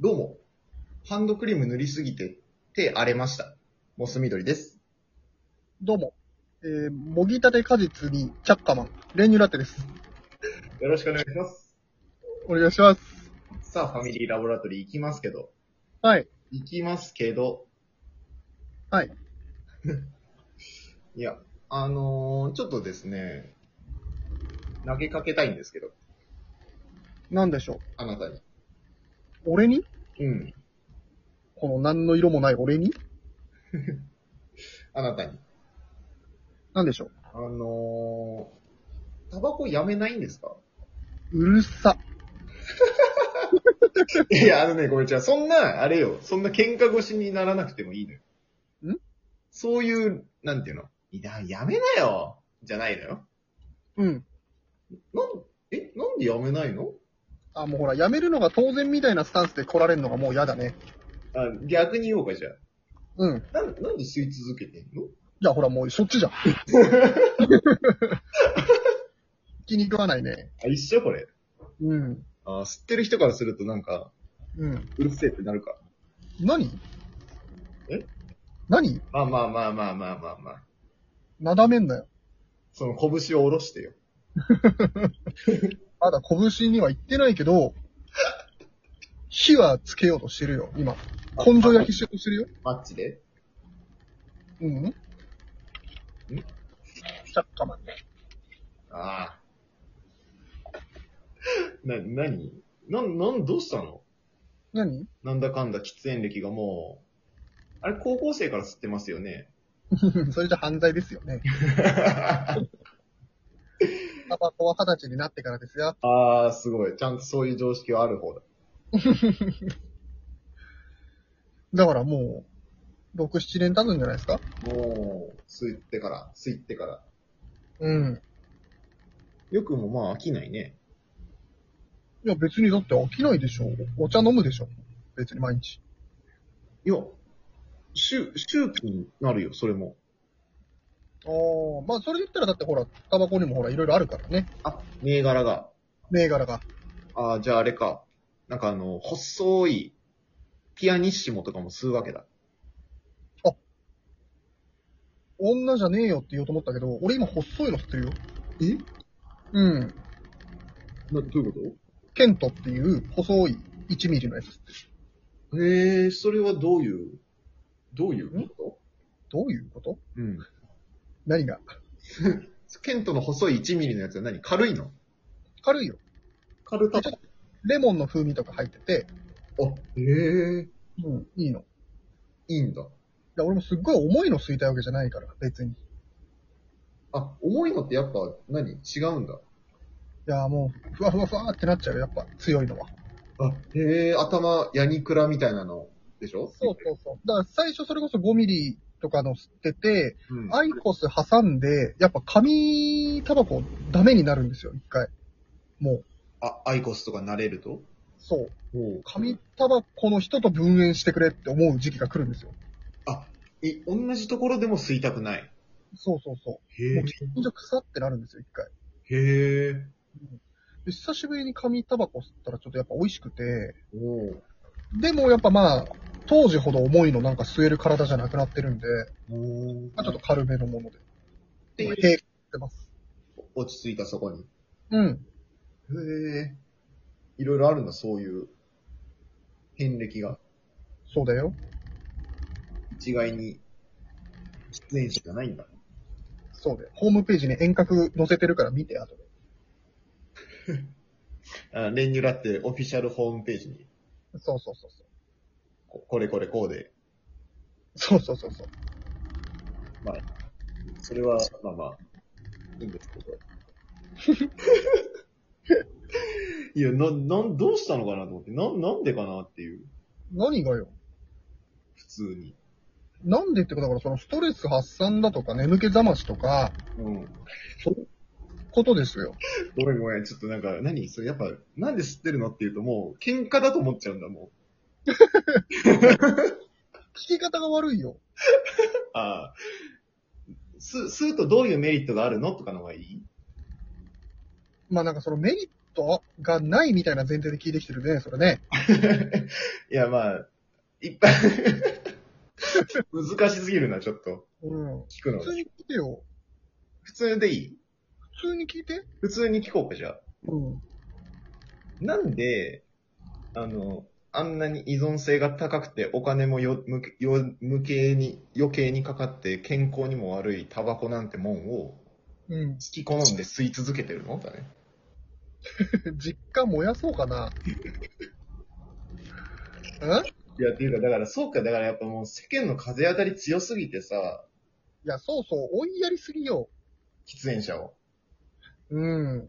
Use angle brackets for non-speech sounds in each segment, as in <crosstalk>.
どうも。ハンドクリーム塗りすぎて手荒れました。モス緑です。どうも。えー、もぎたて果実にチャッカマン、練乳ラテです。よろしくお願いします。お願いします。さあ、ファミリーラボラトリー行きますけど。はい。行きますけど。はい。 <laughs> いや、あのー、ちょっとですね、投げかけたいんですけど、なんでしょう。あなたに。俺にうん。この何の色もない俺にあなたに。なんでしょあのー、タバコやめないんですかう。うるさ。いや、あのね、ごめん、じゃあそんな、あれよ、そんな喧嘩腰にならなくてもいいのよ。んそういう、なんていうのいや、やめなよじゃないのよ。うん。なん、え、なんでやめないのあ、もうほら、やめるのが当然みたいなスタンスで来られるのがもう嫌だね。あ、逆に言おうか、じゃうん。あ。なん、なんで吸い続けてんのじゃあほら、もうそっちじゃん。気に食わないね。あ、一緒これ。うん。あ、吸ってる人からするとなんか、うん。うるせえってなるか。何え何まあまあまあまあまあまあまあ。なだめんなよ。その拳を下ろしてよ。まだ拳には行ってないけど、火はつけようとしてるよ、今。根性焼きしようとしてるよ。マッチで。うん。んチャッカマン。ああ。な、なになん、なん、どうしたの何 <laughs> なんだかんだ喫煙歴がもう、あれ高校生から吸ってますよね。それじゃ犯罪ですよ <laughs> ね。タバコは二十歳になってからですよ。ああ、すごい。ちゃんとそういう常識はある方だ。だからもう、6、7年経つんじゃないですかもう、吸ってから、吸ってから。うん。よくもまあ飽きないね。いや別にだって飽きないでしょ。お茶飲むでしょ。別に毎日。いや、周、周期になるよ、それも。ああ、まあそれで言ったらだってほら、タバコにもほらいろいろあるからね。あ、銘柄が。銘柄が。ああ、じゃああれか。なんかあの、細い、ピアニッシモとかも吸うわけだ。女じゃねえよって言おうと思ったけど、俺今細いの吸ってるよ。えうん。な、どういうこケントっていう細い1ミリのやつ。とへえ、それはどういう、どういうこどういうこととうん。何がケントの細い1ミリのやつは何軽いの軽いよ。軽タバレモンの風味とか入ってて、あ、ええうん、いいの。いいいんだ。や、俺もすっごい重いの吸いたいわけじゃないから、別に。いあ、重いのってやっぱ何違うんだ。や、もう、ふわふわふわってなっちゃうよ、やっぱ、強いのは。あ、ええ頭、ヤニクラみたいなのでしょそうそうそう。だから最初それこそ5ミリとかの吸ってて、う。うん。アイコス挟んで、やっぱ紙タバコダメになるんですよ、一回。もう、あ、アイコスとか慣れるとそう。おう紙タバコの人と分煙してくれって思う時期が来るんですよ。あ、い、同じところでも吸いたくない。そうそうそへう。えもう、近所腐ってなるんですよ、一回。へえ。で久しぶりに紙タバコ吸ったらちょっとやっぱ美味しくて、おうでもやっぱまあ、当時ほど重いのなんか吸える体じゃなくなってるんで、おうまあ、ちょっと軽めのもので。ていう平気ってます。落ち着いたそこに。うん。へえ。いろいろあるんだ、そういう。遍歴が。そうだよ。一概に、喫煙者じゃないんだ。そうだよ。ホームページに遠隔載せてるから見て、後で。あ練乳ラってオフィシャルホームページに、そうそうそうそう。ここれこれこうで、そうそうそうそう。それは、まあまあ、いいんですけ <laughs> ど。いや、な、なん、どうしたのかなと思って、な、なんでかなっていう、何がよ。普通に。なんでってか、だからそのストレス発散だとか眠気覚ましとか、うん。ことですよ。ごめんごめん、ちょっとなんか、何それやっぱ、なんで知ってるのっていうともう、喧嘩だと思っちゃうんだ、も聞き方が悪いよ。う。ああ。す、すうとどういうメリットがあるのとかの方がいい <laughs> まあなんかそのメリットがないみたいな前提で聞いてきてるね、それね。いや、まあ、いっぱい <laughs> 難しすぎるな、ちょっと。うん。聞くの普。通に聞いてよ。普通でいい普通に聞いて。普通に聞こうか、じゃあ。うん。なんで、あの、あんなに依存性が高くて、お金もよ、むけ、よ、無形に、余計にかかって、健康にも悪いタバコなんてもんを、う好き好んで吸い続けてるのだね。ん。 <laughs> 実家燃やそうかな。 <laughs> うんいや、っていうか、だから、そうか、だからやっぱもう世間の風当たり強すぎてさ、いや、そうそう、追いやりすぎよ。喫煙者を。うん。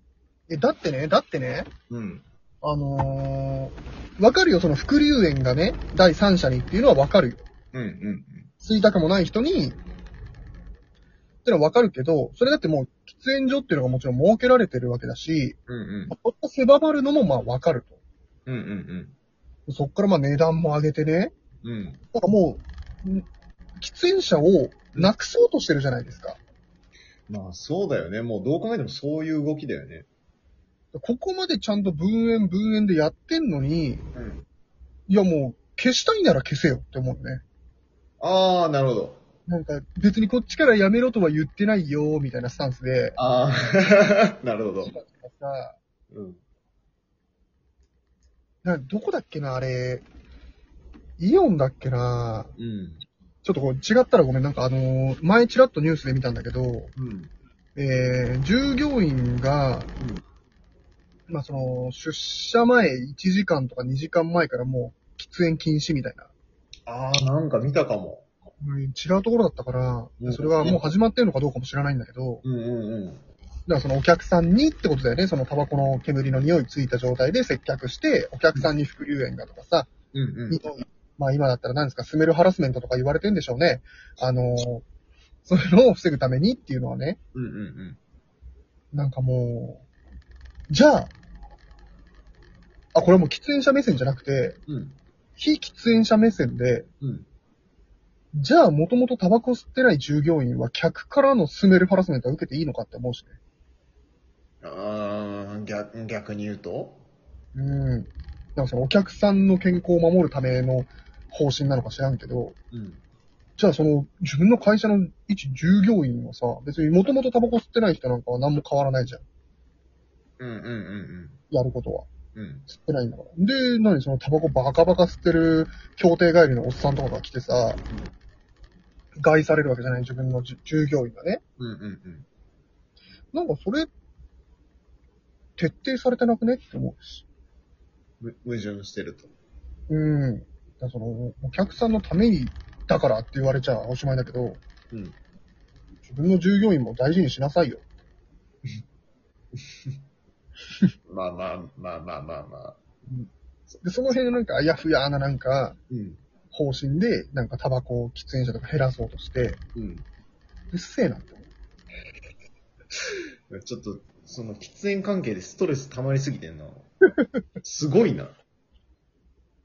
え、だってね、だってね、うん。あのー、わかるよ、その副流炎がね、第三者にっていうのはわかるよ。うん、うん、吸いたくもない人に、ってのはわかるけど、それだってもう、喫煙所っていうのがもちろん設けられてるわけだし、うん。うん、そこが狭まるのもまあわかるうん。うん、うん、と。そっからまあ値段も上げてね、うん。うん。なんかもう、ん喫煙者をなくそうとしてるじゃないですか。まあ、そうだよね。もうどう考えてもそういう動きだよね。ここまでちゃんと分煙分煙でやってんのに、うん。いやもう、消したいなら消せよって思うね。ああ、なるほど。なんか、別にこっちからやめろとは言ってないよ、みたいなスタンスで。ああ、 <laughs> なるほどなん。かうん。などこだっけな、あれ。イオンだっけな。うん。ちょっとこう違ったらごめん、なんかあのー前ちらっとニュースで見たんだけど、うん。えー、従業員が、うんまあその、出社前1時間とか2時間前からもう喫煙禁止みたいな。ああ、なんか見たかも。うん違うところだったから、うんそれはもう始まってるのかどうかも知らないんだけど、うんうんうん。だからそのお客さんにってことだよね。そのタバコの煙の匂いついた状態で接客して、お客さんに副流炎がとかさ、うんうん。匂いまあ今だったら何ですか、スメルハラスメントとか言われてんでしょうね。あのーそういうのを防ぐためにっていうのはね、うんうんなんかもう、じゃあ、あ、これはもう喫煙者目線じゃなくて、うん。うん。非喫煙者目線で、うん。じゃあもともとタバコ吸ってない従業員は客からのスメルハラスメントは受けていいのかって思うしね。ああ、逆、逆に言うとうん。なんかそのお客さんの健康を守るための方針なのか知らんけど、うん。じゃあその自分の会社の一従業員はさ、別にもともとタバコ吸ってない人なんかは何も変わらないじゃん。うんうんうんやることは。うん。うん。吸ってないんだから。で、何そのタバコバカバカ吸ってる協定帰りのおっさんとかが来てさ、害されるわけじゃない自分のじ従業員がね。うんうんうん。なんかそれ、徹底されてなくねって思うし。む矛盾してると。うん。だからその、お客さんのために、だからって言われちゃおしまいだけど、うん。自分の従業員も大事にしなさいよ。まあまあまあまあまあまあ。で、その辺のなんかあやふやななんかうん。方針で、なんかタバコを喫煙者とか減らそうとして、うん。うっせえなって思う。ちょっと、その喫煙関係でストレス溜まりすぎてんな。すごいな。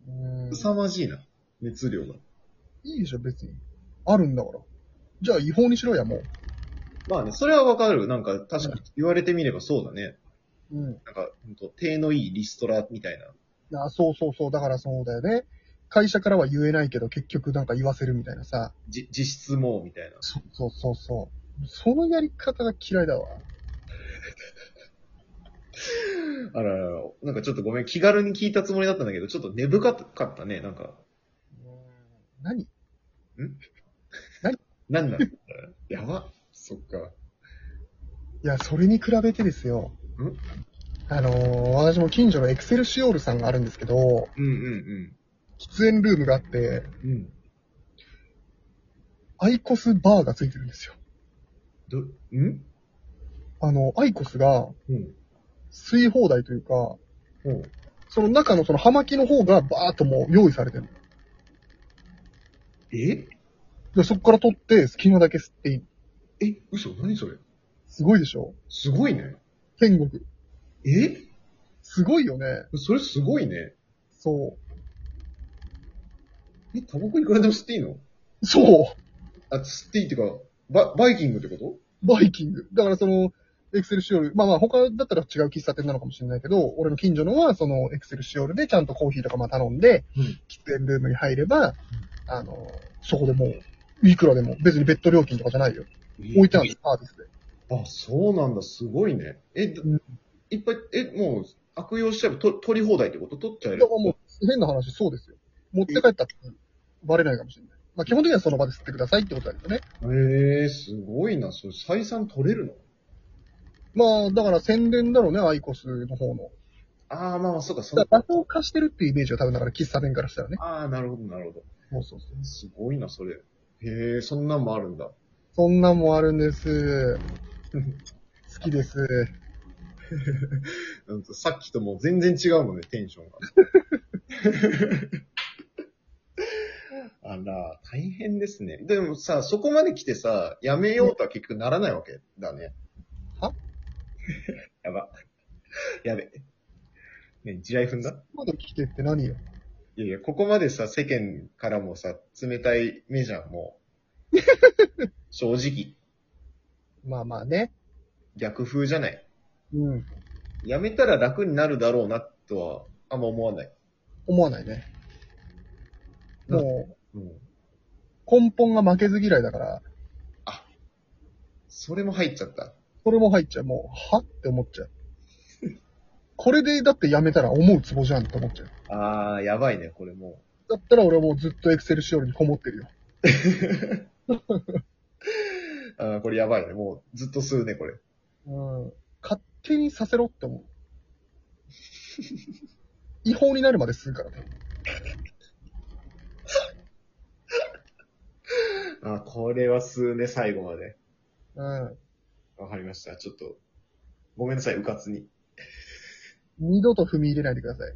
うん凄まじいな。熱量が。いいでしょ、別に。あるんだから。じゃあ違法にしろや、もう。まあね、それはわかる。なんか、確かに言われてみればそうだね。うん。なんか、ほんと、手のいいリストラみたいな。あ、そうそうそう。だからそうだよね。会社からは言えないけど、結局なんか言わせるみたいなさ。じ、実質もう、みたいな。そうそうそうそう。そのやり方が嫌いだわ。あららら、なんかちょっとごめん、気軽に聞いたつもりだったんだけど、ちょっと根深かったね、なんか。何なんなのやば。そっか。いや、それに比べてですよ。んあのー、私も近所のエクセルシオールさんがあるんですけど、うんうん喫煙ルームがあって、うん。うん。アイコスバーがついてるんですよ。ど、んあの、アイコスがうん。吸い放題というか、ほう。その中のその葉巻の方がバーっともう用意されてるのえで、そこから取って好きなだけ吸っていい。え、嘘何それすごいでしょすごいね。天国。えすごいよね。それすごいね。そえ、タバコいくらでも吸っていいのう。そうあ、吸っていいってか、バ、バイキングってことバイキング。だからその、エクセルシオール、まあまあ他だったら違う喫茶店なのかもしれないけど、俺の近所のはそのエクセルシオールでちゃんとコーヒーとかまあ頼んで、うん喫煙ルームに入れば、あの、そこでもう、いくらでも、別にベッド料金とかじゃないよ。置いてあるんです、サービスで。あ、そうなんだ、すごいね。え、だうんいっぱい、え、もう、悪用しちゃえばと取り放題ってこと取っちゃえだるからもう、変な話、そうですよ。持って帰ったってバレないかもしれない。まあ基本的にはその場で吸ってくださいってことだけどね。ええすごいな。それ、採算取れるのまあ、だから宣伝だろうね、アイコスの方の。ああ、まあまあ、そうか、そだうから場所を貸してるっていうイメージは多分だから喫茶店からしたらね。ああ、なるほど、なるほど。そうそうそう。すごいな、それ。へえ、そんなんもあるんだ。そんなんもあるん <laughs> です。好きです。うんとさっきともう全然違うもんね、テンションが。あら、大変ですね。でもさ、そこまで来てさ、やめようとは結局ならないわけだね。はやば。やべ。ね、地雷踏んだまだ来てって何よ。いやいや、ここまでさ、世間からもさ、冷たい目じゃん、もう。正直。まあまあね。逆風じゃない。うん。やめたら楽になるだろうな、とは、あんま思わない。思わないね。なもう、うん。根本が負けず嫌いだから、それも入っちゃった。それも入っちゃう。もう、はって思っちゃう。 <laughs> これでだってやめたら思うツボじゃんって思っちゃう。あー、やばいね、これもだったら俺はもうずっとエクセルシオールにこもってるよ。う。あー、これやばいね。もうずっと吸うね、これ。うん。勝手にさせろって思う。 <laughs> 違法になるまでするからね。あー、これは吸うね、最後まで。うん。わかりました。ちょっと、ごめんなさい、うかつに。二度と踏み入れないでください。